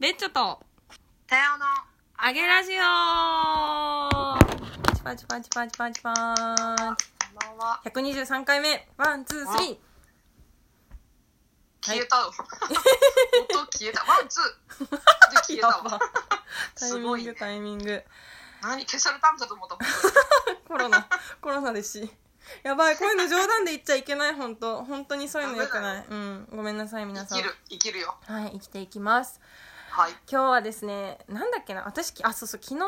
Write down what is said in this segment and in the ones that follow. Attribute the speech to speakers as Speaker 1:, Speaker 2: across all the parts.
Speaker 1: レッチョと、
Speaker 2: さようの
Speaker 1: あげラジオチパチパチパチパチパーン。
Speaker 2: こんばんは
Speaker 1: 123回目、ワン、ツー、スリー。はい
Speaker 2: 消えたよ、音消えたワンツー で消えた
Speaker 1: やば
Speaker 2: わ
Speaker 1: タイ
Speaker 2: す
Speaker 1: ミ
Speaker 2: ご
Speaker 1: ン
Speaker 2: い
Speaker 1: グ、
Speaker 2: ね
Speaker 1: タイミング。
Speaker 2: 何消されたんだと思ったもん
Speaker 1: コロナ、コロナですし。やばい、こういうの冗談で言っちゃいけない、ほんと。ほんとにそういうの良くない。うん。ごめんなさい、皆
Speaker 2: 生
Speaker 1: さん
Speaker 2: き。る生きるよ
Speaker 1: はい、生きていきます。
Speaker 2: はい
Speaker 1: 今日はですねなんだっけな私きあそうそう昨日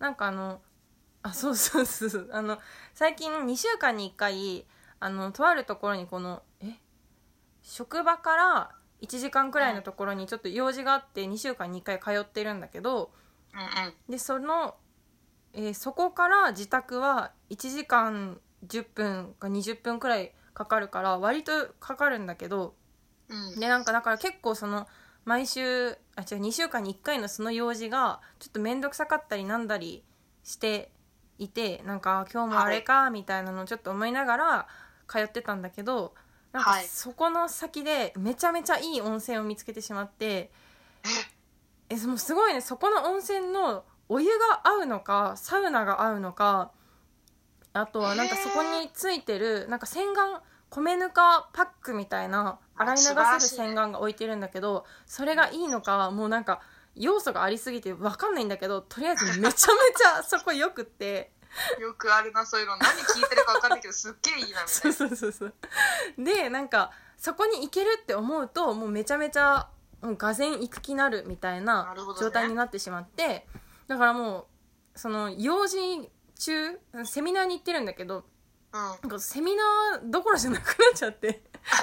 Speaker 1: なんかあのあそうそうそうそうあの最近2週間に1回あのとあるところにこのえ職場から1時間くらいのところにちょっと用事があって2週間に1回通ってるんだけど
Speaker 2: うんうん
Speaker 1: でその、えーそこから自宅は1時間10分か20分くらいかかるから割とかかるんだけど
Speaker 2: うん
Speaker 1: でなんかだから結構その毎週あ違う2週間に1回のその用事がちょっと面倒くさかったりなんだりしていてなんかあ今日もあれかみたいなのをちょっと思いながら通ってたんだけどなんか
Speaker 2: はい
Speaker 1: そこの先でめちゃめちゃいい温泉を見つけてしまってえもうすごいねそこの温泉のお湯が合うのかサウナが合うのかあとはなんかそこについてるなんか洗顔米ぬかパックみたいな洗い流せる洗顔が置いてるんだけどそれがいいのかもうなんか要素がありすぎて分かんないんだけどとりあえずめちゃめちゃ そこよくって。
Speaker 2: よくあるなそういうの何聞いてるか分かんないけどすっげえいいなみた
Speaker 1: そ
Speaker 2: いう
Speaker 1: そうそうそうでなんかそこに行けるって思うともうめちゃめちゃもうがぜ行く気になるみたいな
Speaker 2: なるほどね
Speaker 1: 状態になってしまって、だからもうその用事中セミナーに行ってるんだけど
Speaker 2: なうん
Speaker 1: なんかセミナーどころじゃなくなっちゃって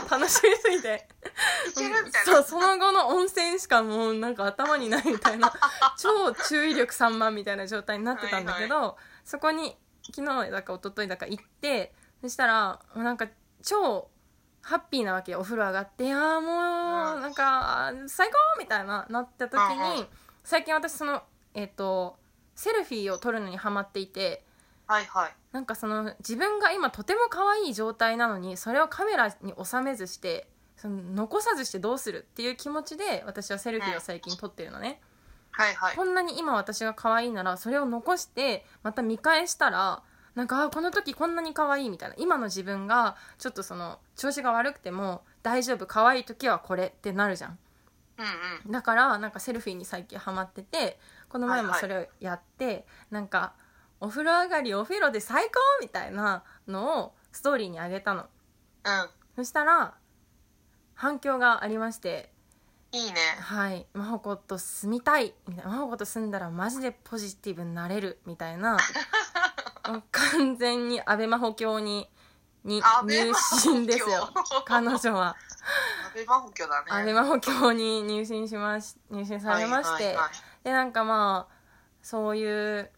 Speaker 1: 楽しみすぎて
Speaker 2: いけるみたい
Speaker 1: そ
Speaker 2: な
Speaker 1: うその後の温泉しかもうなんか頭にないみたいな超注意力散漫みたいな状態になってたんだけど、そこに昨日だか一昨日だか行ってそしたらもうなんか超ハッピーなわけよお風呂上がって「いやーもう
Speaker 2: うん
Speaker 1: なんかあー最高!」みたいななった時
Speaker 2: うんう
Speaker 1: に最近私そのえっ、とセルフィーを撮るのにハマっていて。
Speaker 2: はいはい
Speaker 1: なんかその自分が今とても可愛い状態なのにそれをカメラに収めずしてその残さずしてどうするっていう気持ちで私はセルフィーを最近撮ってるのね、
Speaker 2: はいはい
Speaker 1: こんなに今私が可愛いならそれを残してまた見返したらなんかあーこの時こんなに可愛いみたいな今の自分がちょっとその調子が悪くても大丈夫可愛い時はこれってなるじゃん
Speaker 2: うんうん
Speaker 1: だからなんかセルフィーに最近ハマっててこの前もそれをやって、なんかお風呂上がりお風呂で最高みたいなのをストーリーにあげたの
Speaker 2: う
Speaker 1: そしたら反響がありまして
Speaker 2: んいいね
Speaker 1: 「はい真帆子と住みたい」みたいな「真帆子と住んだらマジでポジティブになれる」みたい なもう完全に安倍真帆教にに
Speaker 2: 安倍
Speaker 1: 入
Speaker 2: 真帆
Speaker 1: 信ですよ彼女は。
Speaker 2: 安倍真帆教だね
Speaker 1: 安倍真帆教に入信しまし入信されまして、
Speaker 2: はいはいはい
Speaker 1: でなんかまあそういう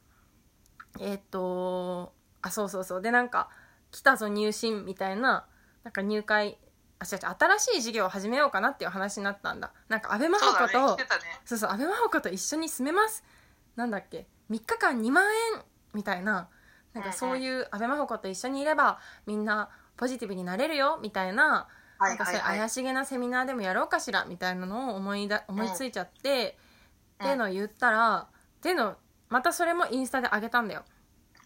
Speaker 1: えーっとあそうそうそうでなんか来たぞ入信みたいななんか入会あ違う違う新しい事業を始めようかなっていう話になったんだなんか安倍真
Speaker 2: そうだ
Speaker 1: 帆
Speaker 2: ね
Speaker 1: 子と
Speaker 2: 来てたね
Speaker 1: そうそう安倍真帆子と一緒に住めますなんだっけ3日間2万円みたいななんかそういう安倍真帆子と一緒にいればみんなポジティブになれるよみたいな
Speaker 2: は
Speaker 1: なん
Speaker 2: い
Speaker 1: か
Speaker 2: は
Speaker 1: そう
Speaker 2: い
Speaker 1: いう
Speaker 2: はい
Speaker 1: 怪しげなセミナーでもやろうかしらみたいなのを思いだ思いついちゃって、
Speaker 2: うん
Speaker 1: っていうのを言ったら、っていうのをまたそれもインスタで上げたんだよ、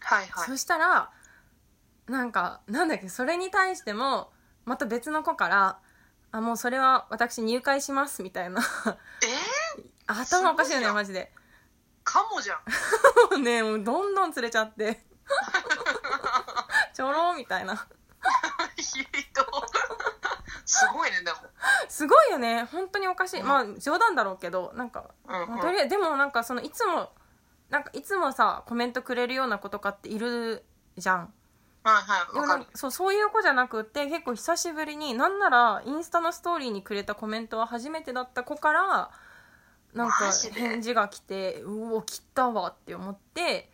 Speaker 2: はいはい
Speaker 1: そしたらなんかなんだっけそれに対してもまた別の子から「あもうそれは私入会します」みたい な
Speaker 2: えー
Speaker 1: 頭おかしいよ
Speaker 2: すごい
Speaker 1: ね
Speaker 2: な
Speaker 1: マジで
Speaker 2: かもじゃん
Speaker 1: もうねもうどんどん釣れちゃって ちょろーみたいな
Speaker 2: ひど すごいねでも
Speaker 1: すごいよね本当におかしい、
Speaker 2: うん
Speaker 1: まあ冗談だろうけどなんか
Speaker 2: うん
Speaker 1: ま
Speaker 2: う
Speaker 1: あ
Speaker 2: ん
Speaker 1: とりあえずでもなんかそのいつもなんかいつもさコメントくれるような子とかっているじゃん
Speaker 2: はいはい
Speaker 1: でも
Speaker 2: わ
Speaker 1: な
Speaker 2: か
Speaker 1: ん
Speaker 2: る
Speaker 1: かそうそういう子じゃなくって結構久しぶりになんならインスタのストーリーにくれたコメントは初めてだった子からなんか
Speaker 2: マジで
Speaker 1: 返事が来てうお来たわって思って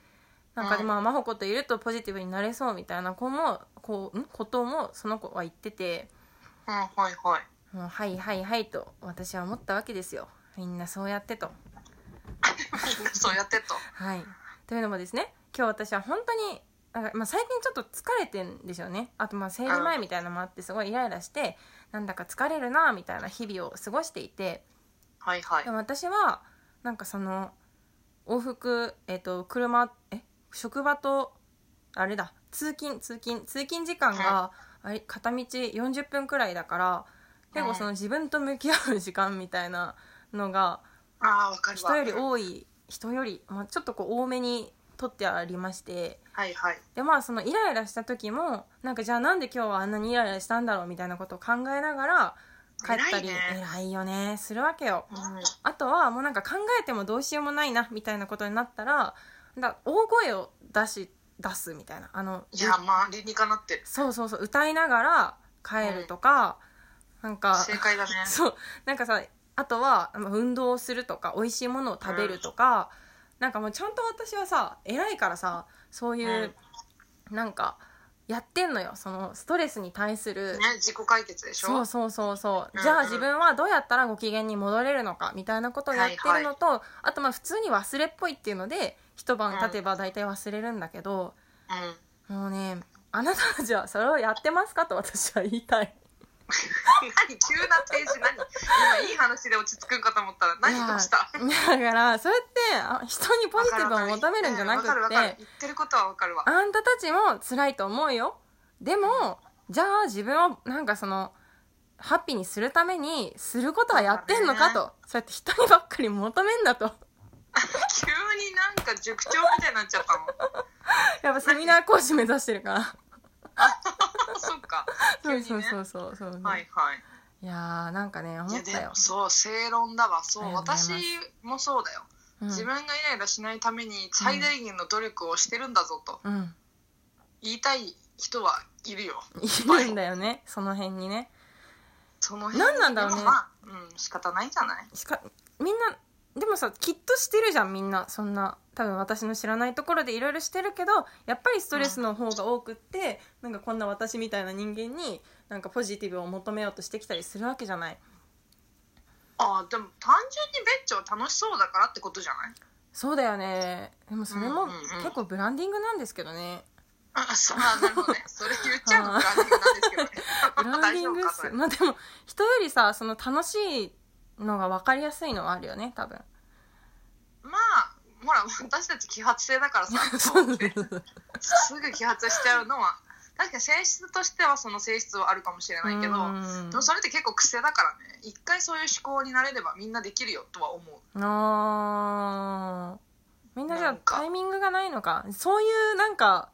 Speaker 1: なんかで
Speaker 2: うん
Speaker 1: まあ真帆子といるとポジティブになれそうみたいな子もこうんこともその子は言ってて
Speaker 2: うんはい はい
Speaker 1: もうはいはいはいと私は思ったわけですよみんなそうやってと。
Speaker 2: みんなそうやってと
Speaker 1: はい、というのもですね今日私は本当になんか、まあ、最近ちょっと疲れてんですよねあとまあ生理前みたいなのもあってすごいイライラしてなんだか疲れるなみたいな日々を過ごしていて
Speaker 2: はいはい
Speaker 1: で。も私はなんかその往復えっ、と車え職場とあれだ通勤通勤通勤時間があれ片道40分くらいだから結構その自分と向き合う時間みたいなのが
Speaker 2: ああ、わかるわ。
Speaker 1: 人より多い人より、まあ、ちょっとこう多めに取ってありまして
Speaker 2: はいはい。
Speaker 1: でまあそのイライラした時もなんかじゃあなんで今日はあんなにイライラしたんだろうみたいなことを考えながら帰ったり
Speaker 2: 偉いね
Speaker 1: 偉いよねするわけよ。
Speaker 2: うん。
Speaker 1: あとはもうなんか考えてもどうしようもないなみたいなことになったらだ大声を出し出すみたいなあの
Speaker 2: いや、まあ、理にかなってる。
Speaker 1: そうそうそう歌いながら帰るとか、なんか
Speaker 2: 正解だね。
Speaker 1: そうなんかさあとはまあ運動をするとか美味しいものを食べるとか、なんかもうちゃんと私はさ偉いからさそういう、なんかやってんのよそのストレスに対する
Speaker 2: ね、自己解決でしょ
Speaker 1: そうそうそうそう、
Speaker 2: うんうん
Speaker 1: じゃあ自分はどうやったらご機嫌に戻れるのかみたいなことをやってるのと、あとまあ普通に忘れっぽいっていうので一晩経てば大体忘れるんだけど、
Speaker 2: うん。
Speaker 1: もうねあなたたちはそれをやってますかと私は言いたい
Speaker 2: 何急なページ何今いい話で落ち着くんかと思ったら何どうした
Speaker 1: だからそれってあ人にポジティブを求めるんじゃなく
Speaker 2: わかるわ
Speaker 1: っ
Speaker 2: かる
Speaker 1: て
Speaker 2: 言ってることは わかるわ
Speaker 1: あんたたちも辛いと思うよでもじゃあ自分をなんかそのハッピーにするためにすることはやってんのかとそうやって人にばっかり求めんだと。
Speaker 2: 急になんか塾長みたいになっちゃったもん
Speaker 1: やっぱセミナー講師目指してるから。
Speaker 2: そっか
Speaker 1: そう
Speaker 2: 急
Speaker 1: そ
Speaker 2: に
Speaker 1: う
Speaker 2: ね
Speaker 1: そうそうそう、
Speaker 2: はいはい
Speaker 1: いやーなんかね
Speaker 2: い
Speaker 1: 思っ
Speaker 2: やで
Speaker 1: たよ
Speaker 2: も。そう正論だわそ
Speaker 1: あ
Speaker 2: う
Speaker 1: りがとうござ
Speaker 2: 私
Speaker 1: います
Speaker 2: もそうだよ、
Speaker 1: うん、
Speaker 2: 自分がイライラしないために最大限の努力をしてるんだぞと
Speaker 1: うん
Speaker 2: 言いたい人はいるよ
Speaker 1: いるんだよねその辺にね。
Speaker 2: その辺
Speaker 1: 何なんだろうね
Speaker 2: でもまあ、うん仕方ないんじゃない
Speaker 1: しかみんなでもさきっとしてるじゃんみんなそんな多分私の知らないところでいろいろしてるけどやっぱりストレスの方が多くって、なんかこんな私みたいな人間になんかポジティブを求めようとしてきたりするわけじゃない。
Speaker 2: ああでも単純にベッチョは楽しそうだからってことじゃない
Speaker 1: そうだよねでもそれも
Speaker 2: うんうんうん
Speaker 1: 結構ブランディングなんですけどね。
Speaker 2: あそうあな るほどねそれ言っちゃうのブランディングなんですけどね
Speaker 1: ブランディングっ
Speaker 2: 大丈夫かそ
Speaker 1: す
Speaker 2: れ
Speaker 1: まあでも人よりさその楽しいのが分かりやすいのはあるよね多 分
Speaker 2: まあほら私たち揮発性だからさすぐ揮発しちゃうのは確かに性質としてはその性質はあるかもしれないけど
Speaker 1: うん
Speaker 2: でもそれって結構癖だからね一回そういう思考になれればみんなできるよとは思う
Speaker 1: あーみんなじゃ
Speaker 2: な
Speaker 1: あ
Speaker 2: んか
Speaker 1: タイミングがないのかそういうなんか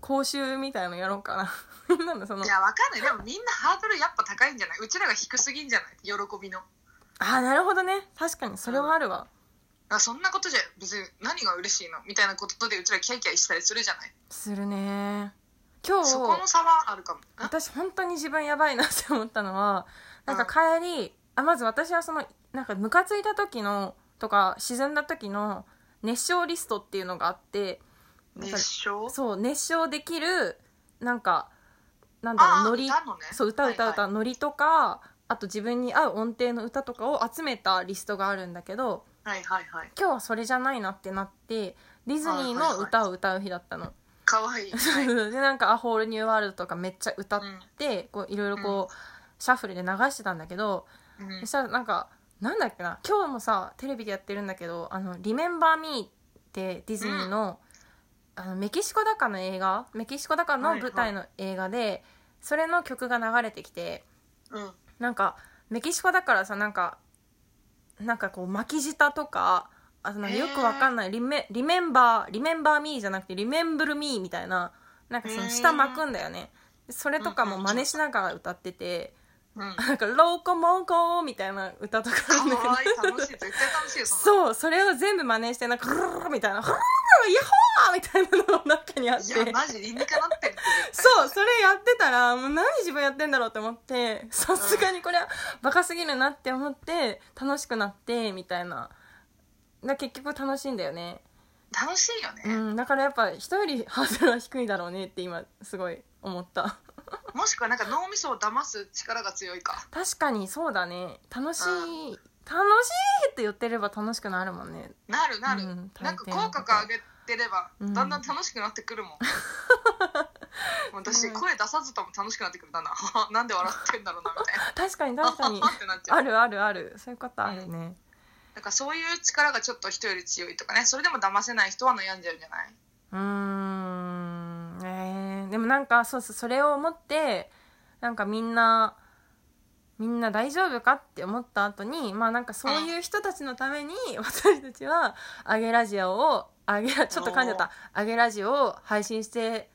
Speaker 1: 講習みたいのやろうかな みんなのその
Speaker 2: いやわかんないでもみんなハードルやっぱ高いんじゃないうちらが低すぎんじゃない喜びの
Speaker 1: あーなるほどね確かにそれはあるわ、
Speaker 2: あそんなことじゃ別に何が嬉しいのみたいなことでうちらキャイキャイしたりするじゃない
Speaker 1: するね今
Speaker 2: そこ
Speaker 1: 日
Speaker 2: の差はあるかもあ
Speaker 1: 私本当に自分やばいなって思ったのはなんか帰り、あまず私はそのなんかムカついた時のとか沈んだ時の熱唱リストっていうのがあってなんか
Speaker 2: 熱唱
Speaker 1: そう熱唱できるなんかなんだろ
Speaker 2: あ
Speaker 1: う
Speaker 2: あ
Speaker 1: ノリ
Speaker 2: 歌のね
Speaker 1: そう歌歌歌、
Speaker 2: はいはい
Speaker 1: ノリとかあと自分に合う音程の歌とかを集めたリストがあるんだけど
Speaker 2: はいはいはい
Speaker 1: 今日はそれじゃないなってなってディズニーの歌を歌う日だったの。
Speaker 2: かわいい、はい
Speaker 1: でなんか「アホールニューワールド」とかめっちゃ歌っ
Speaker 2: うん
Speaker 1: ってこういろいろこう、シャッフルで流してたんだけど、
Speaker 2: うん
Speaker 1: そしたらなんかなんだっけな今日もさテレビでやってるんだけど「あのリメンバー・ミー」ってディズニーの,、あのメキシコだかの映画メキシコだかの舞台の映画で、それの曲が流れてきて
Speaker 2: うん
Speaker 1: なんかメキシコだからさなんかなんかこう巻き舌とかあとなんかよくわかんない「リメリメンバー」「リメンバー・ミー」じゃなくて「リメンブル・ミー」みたいななんかその舌巻くんだよね。でそれとかも真似しながら歌ってて。
Speaker 2: うん
Speaker 1: なんか「ローコモンコー」みたいな歌とかあるんだけど
Speaker 2: 可愛い楽しい絶対楽しいよそん
Speaker 1: そうそれを全部真似してなんか「グルルル」みたいな「フルルルヤッホー!」みたいなのの中にあって
Speaker 2: なのいやマジ理にかなってるって絶対
Speaker 1: そうそれやってたらもう何自分やってんだろうって思ってさすがにこれはバカすぎるなって思って楽しくなってみたいな。だ結局楽しいんだよね、
Speaker 2: 楽しいよね、
Speaker 1: うん、だからやっぱ人よりハードルは低いだろうねって今すごい思った
Speaker 2: もしくはなんか脳みそを騙す力が強いか
Speaker 1: 確かにそうだね楽しい
Speaker 2: うん
Speaker 1: 楽しいって言ってれば楽しくなるもんね
Speaker 2: なるなる、
Speaker 1: うん
Speaker 2: なんか口角上げてれば
Speaker 1: うん
Speaker 2: だんだん楽しくなってくるもん、もう私声出さずとも楽しくなってくるんだな なんで笑ってんだろうなみたいな
Speaker 1: 確かに 確かに
Speaker 2: ってなっちゃう
Speaker 1: あるあるあるそういうことあるね、
Speaker 2: なんかそういう力がちょっと人より強いとかねそれでも騙せない人は悩んじゃうんじゃないう
Speaker 1: ーん、えーでもなんかそうそうそれを思ってなんかみんなみんな大丈夫かって思った後にまあなんかそういう人たちのために私たちは「アゲラジオ」を「アゲラ」ちょっと噛んじゃった「アゲラジオ」を配信して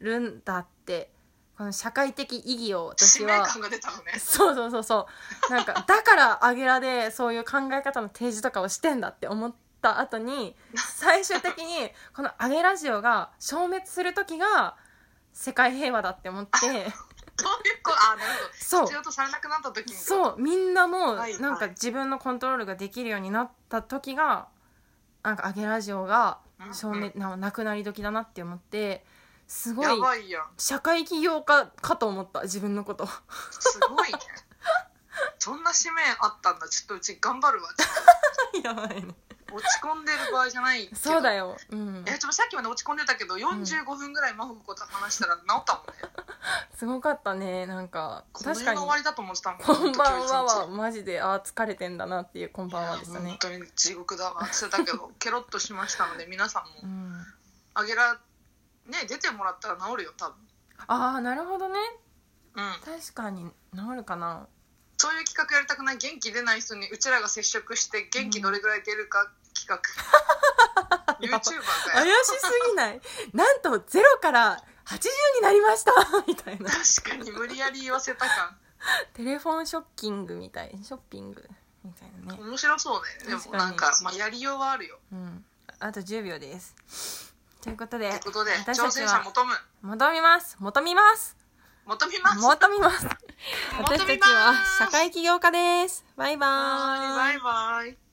Speaker 1: るんだってこの社会的意義を私
Speaker 2: 使命
Speaker 1: は。
Speaker 2: 感が出た のね
Speaker 1: そうそうそうそうなんかだからアゲラでそういう考え方の提示とかをしてんだって思った後に最終的にこのアゲラジオが消滅する時が世界平和だって思って
Speaker 2: どういうことあなるほど
Speaker 1: そう
Speaker 2: 必要とされなくなった時に
Speaker 1: そうみんなも
Speaker 2: はいはい
Speaker 1: なんか自分のコントロールができるようになった時がなんかアゲラジオが
Speaker 2: うんうん
Speaker 1: 消滅ななくなり時だなって思ってすごい
Speaker 2: やばいやん
Speaker 1: 社会起業家かと思った自分の こと。
Speaker 2: すごいねそんな使命あったんだちょっとうち頑張るわ
Speaker 1: やばいね
Speaker 2: 落ち込んでる場合じゃないけど
Speaker 1: そうだよ、うん
Speaker 2: え、ちょっとさっきまで落ち込んでたけど45分ぐらい真帆子と話したら治ったもんね、
Speaker 1: すごかったねなんか
Speaker 2: この
Speaker 1: 確
Speaker 2: 世
Speaker 1: か
Speaker 2: の
Speaker 1: に
Speaker 2: 終わりだと思ってたもん
Speaker 1: 「こんばんは」は
Speaker 2: 本
Speaker 1: マジであー疲れてんだなっていう「こんばんは」でした
Speaker 2: 当に本
Speaker 1: ね
Speaker 2: 当に地獄だわってた けどケロッとしましたので皆さん
Speaker 1: う
Speaker 2: も
Speaker 1: ん
Speaker 2: あげらね出てもらったら治るよ多分
Speaker 1: ああなるほどね
Speaker 2: うん
Speaker 1: 確かに治るかな
Speaker 2: そういう企画やりたくない元気出ない人にうちらが接触して元気どれぐらい出るか企 画 YouTuber
Speaker 1: 怪
Speaker 2: がや
Speaker 1: しすぎ ないなんと0から80になりました みたいな
Speaker 2: 確かに無理やり言わせた感
Speaker 1: テレフォンショッキングみたいショッピングみたいなね
Speaker 2: 面白そうねで
Speaker 1: 確
Speaker 2: も
Speaker 1: かに
Speaker 2: なんか、まあ、やりようはあるよ
Speaker 1: うんあと10秒ですということで
Speaker 2: ということで
Speaker 1: 私
Speaker 2: 挑
Speaker 1: たち
Speaker 2: 戦者
Speaker 1: は
Speaker 2: 求む
Speaker 1: 求みます求みます
Speaker 2: 求みます
Speaker 1: 求みます
Speaker 2: 求
Speaker 1: 私た
Speaker 2: み
Speaker 1: ち
Speaker 2: ま
Speaker 1: は
Speaker 2: す
Speaker 1: 社会起業家ですバイバーイ
Speaker 2: はーいバイバイ